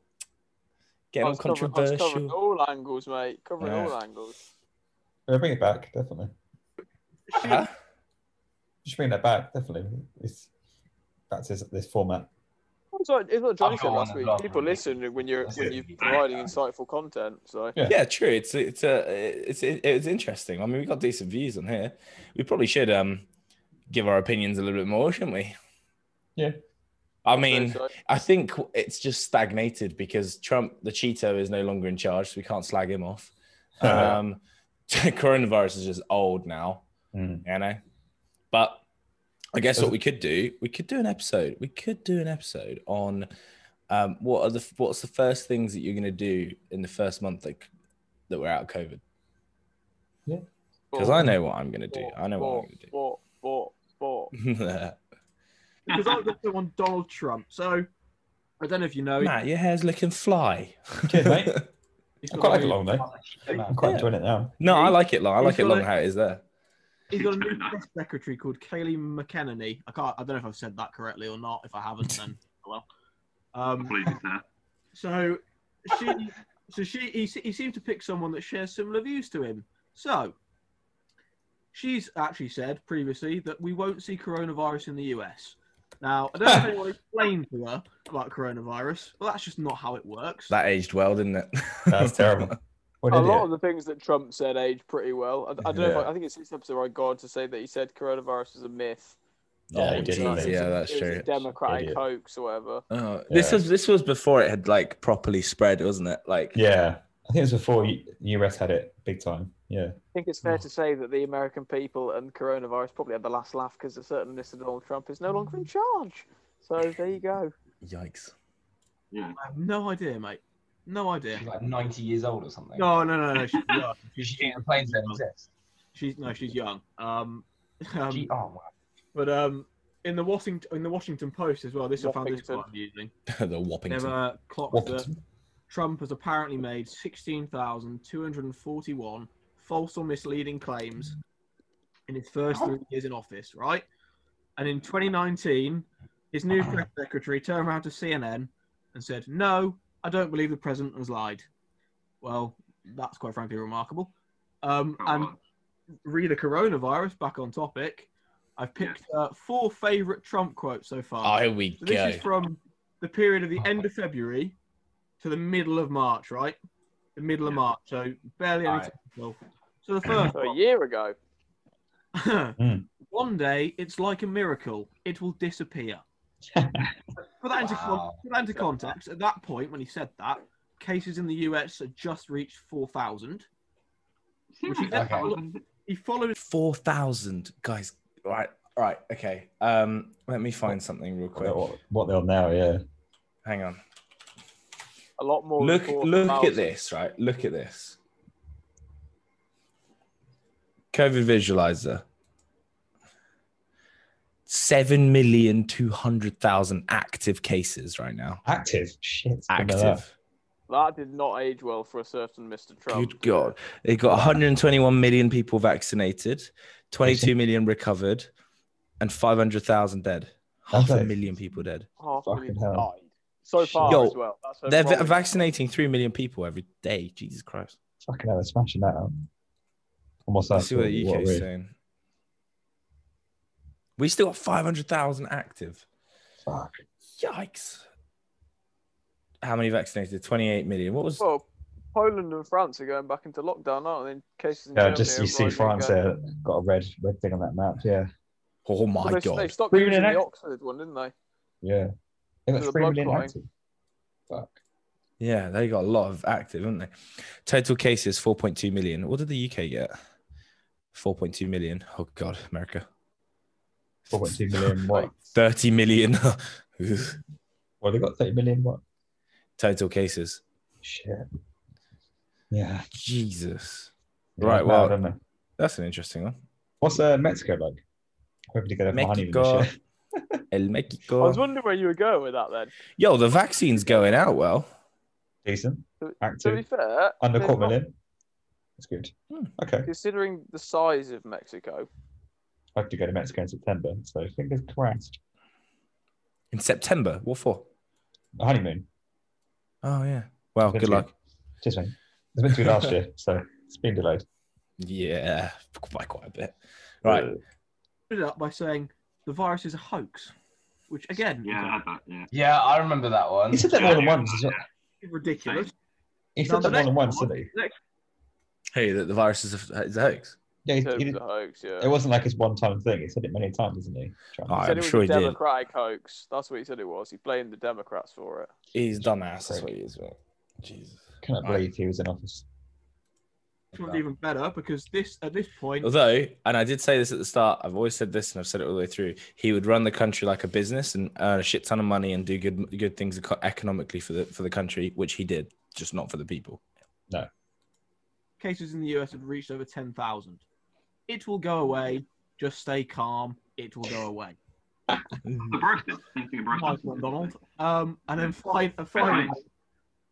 Speaker 1: getting
Speaker 6: I
Speaker 1: all
Speaker 6: was covering- I was covering
Speaker 1: controversial.
Speaker 6: all angles, mate. Covering
Speaker 2: Yeah.
Speaker 6: all angles.
Speaker 2: Yeah, bring it back, definitely.
Speaker 1: Huh?
Speaker 2: You should bring that back, definitely. It's that's this, this format.
Speaker 6: It's like, it's like Johnny
Speaker 5: I've
Speaker 6: said
Speaker 5: got one
Speaker 6: last
Speaker 5: as
Speaker 6: week.
Speaker 5: well.
Speaker 6: People listen when you're
Speaker 5: That's
Speaker 6: when
Speaker 5: it.
Speaker 6: you're providing insightful content. So
Speaker 2: Yeah.
Speaker 1: Yeah, true. It's it's uh, it's it, it's interesting. I mean, we got decent views on here. We probably should um give our opinions a little bit more, shouldn't we?
Speaker 2: Yeah.
Speaker 1: I mean,
Speaker 6: so-
Speaker 1: I think it's just stagnated because Trump, the Cheeto, is no longer in charge, so we can't slag him off.
Speaker 5: Uh,
Speaker 2: Uh-huh.
Speaker 1: Um, coronavirus is just old now,
Speaker 2: Mm.
Speaker 1: you know. But I guess what
Speaker 2: Does-
Speaker 1: we could do, we could do an episode. We could do an episode on um, what are the what's the first things that you're going to do in the first month that that we're out of COVID? Because I know what I'm going to do.
Speaker 6: Bought,
Speaker 1: I know what
Speaker 6: bought,
Speaker 1: I'm
Speaker 6: bought, bought, bought.
Speaker 1: going to
Speaker 4: because I've got them on Donald Trump. So I don't know if you know.
Speaker 1: do. Matt, your hair's looking fly.
Speaker 2: Cheers, mate.
Speaker 4: he's
Speaker 2: I
Speaker 4: got
Speaker 2: quite like
Speaker 4: a
Speaker 2: it
Speaker 4: new-
Speaker 2: long though. I'm quite enjoying it now.
Speaker 1: No, I like it long. I
Speaker 4: He's
Speaker 1: like it
Speaker 4: got
Speaker 1: long
Speaker 4: a-
Speaker 1: how it is there.
Speaker 4: He's got a new press secretary called Kaylee McEnany. I can't. I don't know if I've said that correctly or not. If I haven't, then oh well. Um,
Speaker 7: Please, sir.
Speaker 4: So she, so she, he, se- he seemed to pick someone that shares similar views to him. So she's actually said previously that we won't see coronavirus in the US. Now I don't know if anyone explained to her about coronavirus. Well, that's just not how it works.
Speaker 1: That aged well, didn't it?
Speaker 2: That's terrible. What
Speaker 6: A
Speaker 2: an
Speaker 6: lot
Speaker 2: idiot.
Speaker 6: of the things that Trump said age pretty well. I, I don't know. If I, I think it's this episode where I go on to say that he said coronavirus is a myth.
Speaker 2: Yeah,
Speaker 1: oh,
Speaker 2: he did,
Speaker 1: geez,
Speaker 2: didn't he?
Speaker 1: yeah, that's
Speaker 6: it was
Speaker 1: true.
Speaker 6: a democratic
Speaker 2: Idiot.
Speaker 6: hoax or whatever.
Speaker 1: Oh, this
Speaker 2: Yeah.
Speaker 1: was this was before it had like properly spread, wasn't it? Like,
Speaker 2: Yeah, I think it was before U- US had it big time. Yeah,
Speaker 6: I think it's
Speaker 1: Mm.
Speaker 6: fair to say that the American people and coronavirus probably had the last laugh because a certain Mr. Donald Trump is no longer in charge. So there you go.
Speaker 1: yikes!
Speaker 7: Yeah.
Speaker 4: I have no idea, mate. No idea.
Speaker 5: She's like 90 years old or something.
Speaker 4: No, no, no, no. She's young.
Speaker 5: She thinks the planes
Speaker 7: Um,
Speaker 5: don't exist.
Speaker 4: She's no, she's young. Um, um,
Speaker 5: Gee, oh, wow.
Speaker 4: but um, in the Washington in the Washington Post as well. This I found this
Speaker 6: Washington.
Speaker 4: quite amusing.
Speaker 1: the whopping.
Speaker 4: They've
Speaker 1: two.
Speaker 4: uh, clocked that Trump has apparently made sixteen thousand two hundred and forty-one false or misleading claims in his first three years in office, right? And in 2019, his new press secretary turned around to CNN and said, "No, I don't believe the president has lied." Well, that's quite frankly remarkable. Um,
Speaker 7: Oh,
Speaker 4: and re the coronavirus back on topic. I've picked uh, four favorite Trump quotes so
Speaker 1: Oh,
Speaker 4: far.
Speaker 1: here we
Speaker 4: So this
Speaker 1: go.
Speaker 4: is from the period of the end of February to the middle of March, right? The middle of
Speaker 7: Yeah.
Speaker 4: March, so barely any
Speaker 5: Alright.
Speaker 4: time at all. So the first
Speaker 6: So a year ago.
Speaker 4: one. One day it's like a miracle; it will disappear. put, that into con-
Speaker 5: Wow.
Speaker 4: put that into context. At that point, when he said that, cases in the US had just reached four thousand.
Speaker 7: Seriously,
Speaker 4: Okay.
Speaker 7: thousands?
Speaker 4: He followed.
Speaker 1: Four thousand guys. All right, all right, okay. Um, let me find something real quick.
Speaker 2: What, what they're on now, yeah.
Speaker 1: Hang on.
Speaker 6: A lot more. than
Speaker 1: Look, look
Speaker 6: 4,000.
Speaker 1: at this. Right, look at this. COVID visualizer. Seven million two hundred thousand active cases right now.
Speaker 2: Active. Shit. didn't know that.
Speaker 1: Active.
Speaker 6: That did not age well for a certain Mr. Trump.
Speaker 1: Good God. They got 121 million people vaccinated, 22 million recovered, and 500,000 dead. Half
Speaker 2: That's
Speaker 1: a
Speaker 2: it.
Speaker 1: million people dead.
Speaker 6: Half a million
Speaker 2: Fucking hell.
Speaker 6: died. So far
Speaker 1: Yo,
Speaker 6: as well. That's a
Speaker 1: They're va-
Speaker 6: problem.
Speaker 1: vaccinating 3 million people every day. Jesus Christ.
Speaker 2: Fucking hell, they're smashing that out. Almost
Speaker 1: Let's see what the
Speaker 2: what
Speaker 1: UK is
Speaker 2: we-
Speaker 1: saying. We still got 500,000 active.
Speaker 2: Fuck.
Speaker 1: Yikes. How many vaccinated? 28 million. What was.
Speaker 6: Well, Poland and France are going back into lockdown, aren't they? In cases in
Speaker 2: Yeah,
Speaker 6: Germany
Speaker 2: just
Speaker 6: are
Speaker 2: you see
Speaker 6: rising
Speaker 2: France
Speaker 6: again.
Speaker 2: there got a red red thing on that map. Yeah,
Speaker 1: Oh my
Speaker 6: Well, they, they
Speaker 1: God.
Speaker 6: stopped
Speaker 2: Bringing
Speaker 6: using
Speaker 2: it
Speaker 6: the
Speaker 2: out.
Speaker 6: Oxford one, didn't they?
Speaker 2: yeah. They got
Speaker 6: With a
Speaker 2: three
Speaker 6: blood
Speaker 2: million
Speaker 6: clotting.
Speaker 2: active. Fuck.
Speaker 1: Yeah, they got a lot of active, haven't they? Total cases 4.2 million. What did the UK get? 4.2 million. Oh God, America.
Speaker 2: 4.2 million. What?
Speaker 1: 30 million
Speaker 2: Well, they got 30 million. What?
Speaker 1: total cases.
Speaker 2: Shit. Yeah.
Speaker 1: Jesus.
Speaker 2: Yeah,
Speaker 1: Right,
Speaker 2: it's
Speaker 1: well-
Speaker 2: mad, isn't it?
Speaker 1: That's an interesting one.
Speaker 2: what's uh, Mexico like? Hopefully, they get over my honeymoon. and
Speaker 1: Mexico.
Speaker 2: shit.
Speaker 1: El
Speaker 6: I was
Speaker 2: Oh.
Speaker 1: Mexico.
Speaker 6: wondering where you were going with that then.
Speaker 1: Yo, the vaccine's going out well.
Speaker 2: Decent.
Speaker 6: To be
Speaker 2: Active.
Speaker 6: fair,
Speaker 2: Under
Speaker 6: they've
Speaker 2: quarter
Speaker 6: not-
Speaker 2: million. That's good.
Speaker 1: Hmm.
Speaker 2: Okay.
Speaker 6: considering the size of Mexico,
Speaker 2: I have to go to Mexico in September, so fingers crossed.
Speaker 1: In September. What for?
Speaker 2: A honeymoon.
Speaker 1: Oh yeah. Well,
Speaker 2: That's
Speaker 1: good
Speaker 2: good.
Speaker 1: luck.
Speaker 2: Just me. It's meant to be last year, so it's been delayed.
Speaker 1: Yeah. By quite a bit. Right.
Speaker 2: Uh,
Speaker 4: it up by saying the virus is a hoax, which again
Speaker 7: Yeah, I
Speaker 4: is
Speaker 7: had that. Yeah.
Speaker 5: Yeah, I remember that one.
Speaker 2: he said that more than once. as well.
Speaker 4: ridiculous.
Speaker 2: He said
Speaker 4: No, the
Speaker 2: that more than
Speaker 4: next
Speaker 2: once,
Speaker 4: one-
Speaker 2: didn't he?
Speaker 1: Hey, that the virus is a, is a hoax.
Speaker 2: Yeah, he,
Speaker 6: it
Speaker 2: he
Speaker 6: was
Speaker 2: did,
Speaker 6: a hoax. Yeah,
Speaker 2: it wasn't like his one time thing. He said it many times, didn't he? Trump?
Speaker 1: All
Speaker 6: He
Speaker 1: right,
Speaker 6: said
Speaker 1: I'm
Speaker 6: it was
Speaker 1: sure
Speaker 6: a
Speaker 1: he did.
Speaker 6: democratic hoax. That's what he said it was. He blamed the Democrats for it.
Speaker 1: He's dumbass. That's what he is. Right? Jesus.
Speaker 2: Cannot
Speaker 1: All right.
Speaker 2: believe he was in office.
Speaker 4: This one's even better because this at this point
Speaker 1: Although, and I did say this at the start, I've always said this, and I've said it all the way through. He would run the country like a business and earn a shit ton of money and do good good things eco- economically for the for the country, which he did, just not for the people.
Speaker 4: cases in the US have reached over ten thousand. It will go away. Just stay calm. It will go away.
Speaker 7: The Boris did. Same thing Boris
Speaker 4: Michael
Speaker 7: Johnson
Speaker 4: and
Speaker 7: did.
Speaker 4: Donald. Um, and then fin- uh, finally,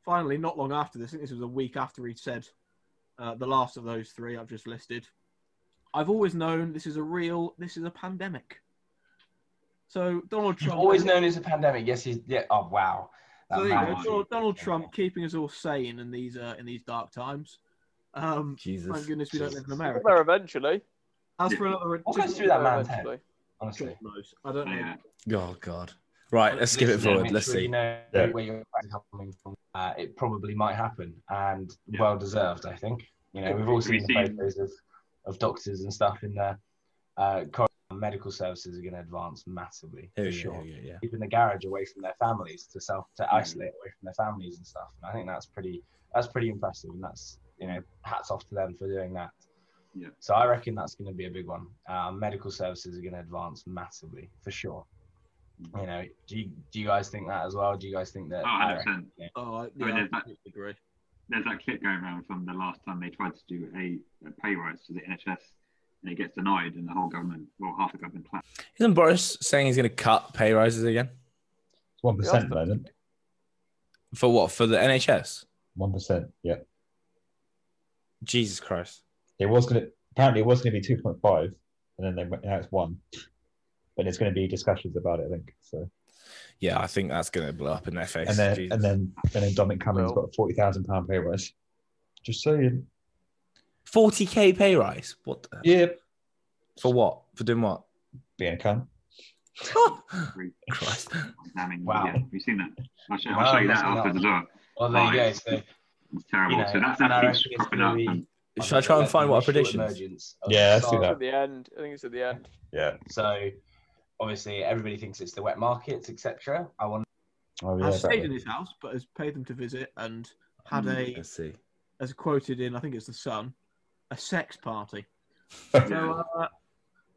Speaker 4: finally, not long after this, I think this was a week after he said uh, the last of those three I've just listed. I've always known this is a real, this is a pandemic. So Donald
Speaker 5: You've
Speaker 4: Trump
Speaker 5: always known it's a pandemic. Yes, he's. Yeah. Oh, wow. That
Speaker 4: So there you
Speaker 5: man
Speaker 4: go,
Speaker 5: was-
Speaker 4: Donald, Donald Trump keeping us all sane in these uh, in these dark times. Um,
Speaker 1: Jesus.
Speaker 4: thank goodness we don't live in
Speaker 6: Got there
Speaker 4: America.
Speaker 6: eventually.
Speaker 4: As for another,
Speaker 5: What goes
Speaker 4: just-
Speaker 5: through that
Speaker 6: Got there
Speaker 5: man's head?
Speaker 6: eventually.
Speaker 5: Honestly.
Speaker 4: God knows. I don't know.
Speaker 7: Yeah.
Speaker 1: Oh God. Right, let's skip it
Speaker 5: Listen,
Speaker 1: forward.
Speaker 5: make
Speaker 1: Let's
Speaker 5: sure
Speaker 1: see.
Speaker 5: You know
Speaker 2: Yeah.
Speaker 5: where your friends are coming from. Uh, it probably might happen, and
Speaker 7: Yeah.
Speaker 5: well deserved. I think. You know, we've all
Speaker 7: We've
Speaker 5: seen the
Speaker 7: seen-
Speaker 5: photos of, of doctors and stuff in there. Uh, cor- medical services are going to advance massively
Speaker 1: Here
Speaker 5: for
Speaker 1: we go,
Speaker 5: sure.
Speaker 1: here we go, yeah.
Speaker 5: Keeping the garage away from their families to self to isolate away from their families and stuff. And I think that's pretty that's pretty impressive, and that's you know hats off to them for doing that.
Speaker 7: Yeah.
Speaker 5: So I reckon that's going to be a big one. Uh, medical services are going to advance massively for sure. You know, do you, do you guys think that as well? Do you guys think that?
Speaker 7: Oh, 100%.
Speaker 8: Oh, I,
Speaker 7: I mean,
Speaker 8: yeah, I
Speaker 7: there's that-
Speaker 8: completely agree.
Speaker 7: There's that clip going around from the last time they tried to do a, a pay rise to the NHS and it gets denied and the whole government, well, half the government claps.
Speaker 1: Isn't Boris saying he's going to cut pay rises again?
Speaker 2: One
Speaker 6: Yeah.
Speaker 2: percent, isn't it?
Speaker 1: For what? For the NHS?
Speaker 2: One percent. Yeah.
Speaker 1: Jesus Christ.
Speaker 2: It was gonna apparently it was gonna be two point five, and then they went now it's one. But it's gonna be discussions about it, I think. So
Speaker 1: Yeah, I think that's going to blow up in their face.
Speaker 2: and then
Speaker 1: Jesus.
Speaker 2: and then and then Dominic Cummings
Speaker 6: Well-
Speaker 2: got a forty thousand pound pay rise. Just saying.
Speaker 1: 40k pay rise. What? the-
Speaker 2: Yeah.
Speaker 1: For what? For doing what?
Speaker 2: Being a cunt.
Speaker 1: Christ.
Speaker 7: Damning
Speaker 5: Wow.
Speaker 7: media. You've seen that? I'll show, I'll show you
Speaker 5: Wow,
Speaker 7: that
Speaker 5: that's
Speaker 7: after as well.
Speaker 5: Well, there you go.
Speaker 7: Right.
Speaker 5: So,
Speaker 7: It's terrible.
Speaker 5: You know,
Speaker 7: so that's
Speaker 5: and I
Speaker 7: that's
Speaker 5: reckon it's
Speaker 7: cropping
Speaker 5: gonna
Speaker 7: up.
Speaker 5: be-
Speaker 7: and
Speaker 1: Should I try and find what I
Speaker 5: Initial
Speaker 1: predictions?
Speaker 5: emergence of
Speaker 2: Yeah, let's do
Speaker 5: SARS.
Speaker 2: that.
Speaker 6: At the end, I think it's at the end.
Speaker 2: Yeah.
Speaker 5: So obviously everybody thinks it's the wet markets, etc. I want
Speaker 2: Oh yeah.
Speaker 4: Has stayed
Speaker 2: exactly.
Speaker 4: in his house, but has paid them to visit and
Speaker 5: Hmm.
Speaker 4: had a,
Speaker 1: Let's see.
Speaker 4: as quoted in, I think it's the Sun, a sex party.
Speaker 7: Yeah.
Speaker 4: So, uh,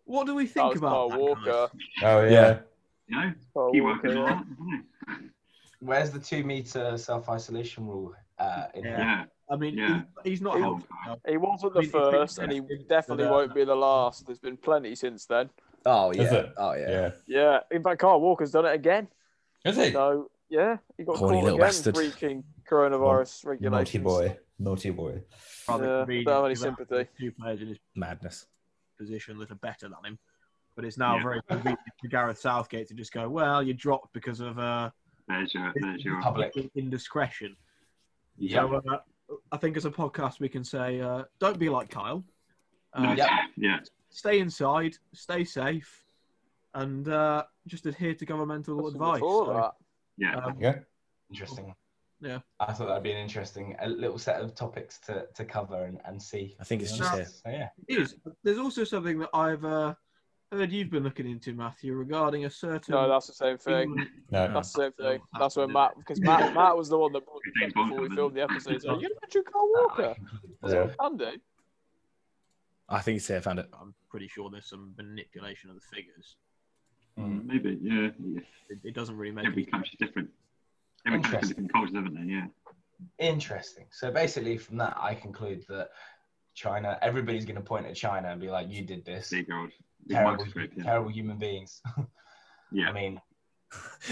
Speaker 4: what do we
Speaker 6: That
Speaker 4: think
Speaker 6: was
Speaker 4: about
Speaker 6: Carl
Speaker 4: that,
Speaker 6: Walker.
Speaker 4: guys?
Speaker 2: Oh yeah.
Speaker 1: Yeah.
Speaker 7: You know,
Speaker 6: Carl
Speaker 7: keep
Speaker 6: Walker.
Speaker 7: working on
Speaker 6: yeah.
Speaker 7: that. isn't it?
Speaker 5: where's the two meter self isolation rule uh, in
Speaker 4: Yeah.
Speaker 5: here?
Speaker 7: Yeah.
Speaker 4: I mean,
Speaker 7: Yeah.
Speaker 4: he, he's not
Speaker 6: He-
Speaker 4: helped.
Speaker 6: He wasn't the
Speaker 4: We need to fix
Speaker 6: first, and he
Speaker 4: that.
Speaker 6: definitely
Speaker 4: But, uh,
Speaker 6: won't be the last. There's been plenty since then.
Speaker 1: Oh
Speaker 2: Is
Speaker 1: yeah.
Speaker 2: it?
Speaker 1: Oh yeah.
Speaker 2: Yeah.
Speaker 6: Yeah, in fact, Carl Walker's done it again.
Speaker 2: Is it?
Speaker 6: So yeah, he got
Speaker 1: Horny
Speaker 6: caught
Speaker 1: little
Speaker 6: again
Speaker 1: bastard.
Speaker 6: breaching coronavirus
Speaker 2: Naughty
Speaker 6: regulations.
Speaker 2: boy. Naughty boy.
Speaker 6: Yeah,
Speaker 4: Reed
Speaker 6: don't have any
Speaker 4: is about
Speaker 6: sympathy.
Speaker 4: Two players in his
Speaker 1: Madness.
Speaker 4: position that are better than him. But it's now
Speaker 7: Yeah.
Speaker 4: very convenient for Gareth Southgate to just go, well, you dropped because of uh,
Speaker 7: There's your, there's your
Speaker 5: Public.
Speaker 4: indiscretion.
Speaker 5: Yeah.
Speaker 4: So uh, I think as a podcast, we can say, uh, don't be like Kyle. Uh,
Speaker 7: No, yeah.
Speaker 4: Stay inside, stay safe, and uh, just adhere to governmental
Speaker 6: Listen,
Speaker 4: advice.
Speaker 6: before
Speaker 4: So,
Speaker 6: that,
Speaker 7: Yeah.
Speaker 4: um,
Speaker 2: Yeah.
Speaker 5: Interesting.
Speaker 4: Yeah.
Speaker 5: I thought that'd be an interesting a little set of topics to, to cover and, and see.
Speaker 1: I think it's
Speaker 5: Yeah.
Speaker 1: just
Speaker 4: No.
Speaker 1: here.
Speaker 5: So, yeah.
Speaker 4: it is. There's also something that I've uh, heard you've been looking into, Matthew, regarding a certain.
Speaker 6: no, that's the same thing.
Speaker 2: No.
Speaker 6: That's the same thing.
Speaker 4: Oh,
Speaker 6: That's where
Speaker 4: yeah.
Speaker 6: Matt, because Matt, Matt was the one that brought
Speaker 7: It
Speaker 6: it
Speaker 7: ain't
Speaker 6: up before we
Speaker 7: Bond,
Speaker 6: filmed the
Speaker 7: isn't it?
Speaker 6: episode. So, you mentioned Carl Walker.
Speaker 2: Yeah.
Speaker 6: Andy,
Speaker 1: I think it's here. I found it.
Speaker 4: I'm pretty sure there's some manipulation of the figures.
Speaker 5: Mm.
Speaker 7: Maybe. Yeah. yeah.
Speaker 4: It, it doesn't really make
Speaker 7: Every
Speaker 4: any
Speaker 7: country's different. Every country's
Speaker 5: Interesting.
Speaker 7: different cultures, haven't they? Yeah.
Speaker 5: Interesting. So basically, from that, I conclude that China, everybody's going to point at China and be like, "You did this,
Speaker 7: Big old. Big
Speaker 5: terrible,
Speaker 7: Microsoft script, yeah.
Speaker 5: terrible human beings."
Speaker 7: yeah.
Speaker 5: I mean,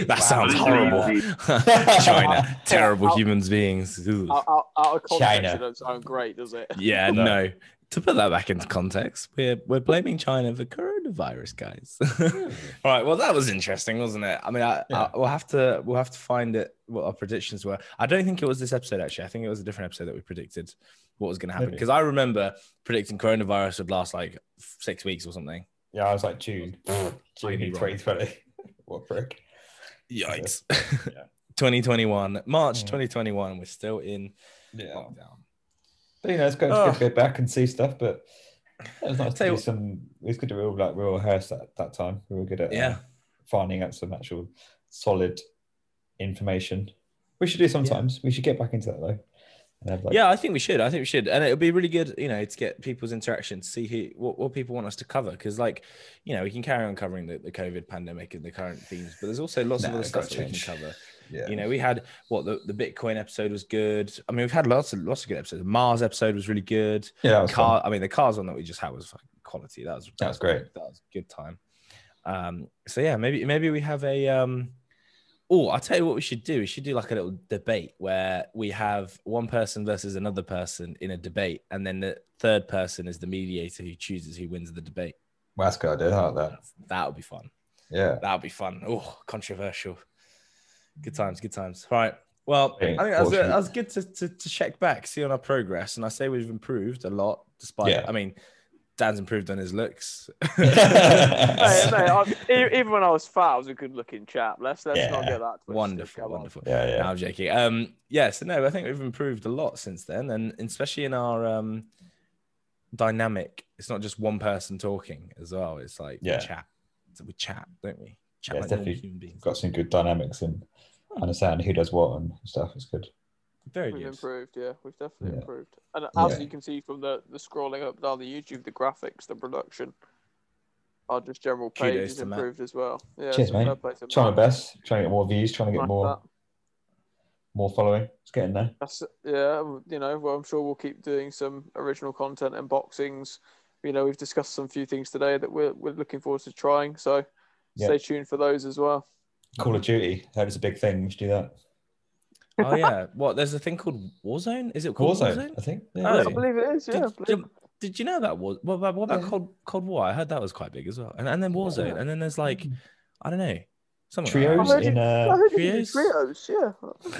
Speaker 1: That sounds
Speaker 7: Wow.
Speaker 1: horrible. China. Terrible
Speaker 6: I'll-
Speaker 1: human beings. Ooh.
Speaker 6: out, out, out of context,
Speaker 2: China.
Speaker 6: it doesn't sound great, does it?
Speaker 1: Yeah,
Speaker 2: No.
Speaker 1: no. To put that back into context, we're we're blaming China for coronavirus, guys. All right. Well, that was interesting, wasn't it? I mean, I,
Speaker 2: Yeah.
Speaker 1: I, we'll have to we'll have to find it what our predictions were. I don't think it was this episode actually. I think it was a different episode that we predicted what was going to happen
Speaker 2: Maybe.
Speaker 1: because I remember predicting coronavirus would last like f- six weeks or something.
Speaker 2: Yeah, I was like June.
Speaker 1: Really
Speaker 2: June
Speaker 1: wrong.
Speaker 2: 2020. what a prick?
Speaker 1: Yikes.
Speaker 2: Yeah.
Speaker 1: 2021, March
Speaker 2: Mm.
Speaker 1: 2021. We're still in
Speaker 2: Yeah.
Speaker 1: lockdown.
Speaker 2: But, you know, it's good, it's good to go back and see stuff, but it was
Speaker 1: Tell
Speaker 2: nice to
Speaker 1: you
Speaker 2: do
Speaker 1: what-
Speaker 2: some. It was good to real like real rehearse at that time. We were good at uh,
Speaker 1: Yeah.
Speaker 2: finding out some actual solid information. We should do sometimes. We should get back into that though. And have, like,
Speaker 1: yeah, I think we should. I think we should, and it would be really good, you know, to get people's interaction, to see who what, what people want us to cover, because like, you know, we can carry on covering the, the COVID pandemic and the current themes, but there's also lots of
Speaker 2: Nah,
Speaker 1: other
Speaker 2: it
Speaker 1: stuff
Speaker 2: gotta
Speaker 1: that we can
Speaker 2: change.
Speaker 1: cover.
Speaker 2: yeah.
Speaker 1: You know, we had what the, the Bitcoin episode was good. I mean, we've had lots of lots of good episodes. The Mars episode was really good.
Speaker 2: yeah, that was
Speaker 1: Car,
Speaker 2: fun.
Speaker 1: I mean, the cars one that we just had was fucking quality. That was
Speaker 2: That was great.
Speaker 1: That was a good time. Um, so yeah, maybe maybe we have a um oh, I'll tell you what we should do. We should do like a little debate where we have one person versus another person in a debate, and then the third person is the mediator who chooses who wins the debate.
Speaker 2: Well, that's a good idea. I like that.
Speaker 1: That would be fun.
Speaker 2: Yeah.
Speaker 1: That would be fun. Oh, controversial. Good times, good times. All right. Well, I
Speaker 2: Okay,
Speaker 1: think that was,
Speaker 2: awesome.
Speaker 1: that was good to, to, to check back, see on our progress. And I say we've improved a lot, despite,
Speaker 2: Yeah.
Speaker 1: I mean, Dan's improved on his looks.
Speaker 6: Mate, mate,
Speaker 2: yeah,
Speaker 6: I, e- even when I was fat, I was a good-looking chap. Let's let's not
Speaker 2: Yeah.
Speaker 6: get that. Twisted.
Speaker 1: wonderful,
Speaker 6: come on.
Speaker 1: wonderful. No,
Speaker 2: yeah.
Speaker 1: I'm joking. Um, yeah, so no, I think we've improved a lot since then, and especially in our um, dynamic. It's not just one person talking as well. It's like
Speaker 2: Yeah.
Speaker 1: we chat. So we chat, don't we? Chat
Speaker 2: Yeah,
Speaker 1: like normal
Speaker 2: definitely.
Speaker 1: human beings.
Speaker 2: Got some good dynamics and
Speaker 1: Hmm.
Speaker 2: understand who does what and stuff. It's good.
Speaker 1: Very
Speaker 6: We've
Speaker 1: good.
Speaker 6: improved, yeah. We've definitely
Speaker 2: Yeah.
Speaker 6: improved. And
Speaker 2: Yeah.
Speaker 6: as you can see from the, the scrolling up down the YouTube, the graphics, the production, our just general
Speaker 1: Kudos
Speaker 6: page is
Speaker 1: to Matt.
Speaker 6: improved as well. Yeah,
Speaker 2: Cheers,
Speaker 6: so fair
Speaker 2: mate.
Speaker 6: play to
Speaker 2: Trying
Speaker 6: Matt.
Speaker 2: our best, trying to get more views, trying to get
Speaker 6: Like
Speaker 2: more
Speaker 6: that.
Speaker 2: more following. It's getting there.
Speaker 6: That's yeah, you know. Well, I'm sure we'll keep doing some original content and boxings. You know, we've discussed some few things today that we're we're looking forward to trying. So
Speaker 2: Yeah.
Speaker 6: stay tuned for those as well.
Speaker 2: Call of Duty, I heard it's a big thing. We should do that.
Speaker 1: oh yeah, what? There's a thing called Warzone. Is it called Warzone?
Speaker 2: Warzone, I think.
Speaker 1: Oh.
Speaker 6: I believe it is. Yeah, I
Speaker 1: Did,
Speaker 6: believe-
Speaker 1: did, did you know that was what about, what about
Speaker 2: Yeah.
Speaker 1: Cold Cold War? I heard that was quite big as well. And and then Warzone, and then there's like I don't know, something Like
Speaker 2: Trios
Speaker 1: that.
Speaker 6: heard you-
Speaker 2: in
Speaker 6: I
Speaker 2: uh,
Speaker 6: heard you could do
Speaker 1: Trios?
Speaker 6: trios. Yeah.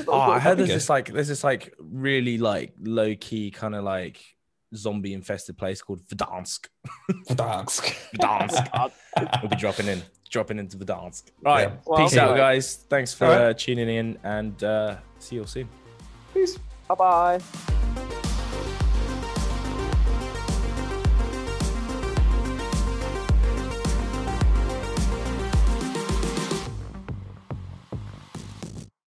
Speaker 1: Oh, I heard
Speaker 2: That'd
Speaker 1: there's
Speaker 2: be
Speaker 1: this like there's this like really like low key kind of like zombie infested place called Verdansk.
Speaker 2: Gdansk.
Speaker 1: Verdansk. we'll be dropping in, dropping into Verdansk. Right,
Speaker 2: Yeah.
Speaker 6: Well,
Speaker 1: peace out,
Speaker 6: anyway.
Speaker 1: guys. Thanks for
Speaker 2: Alright.
Speaker 1: uh, tuning in, and uh, see you all soon.
Speaker 6: Bye bye.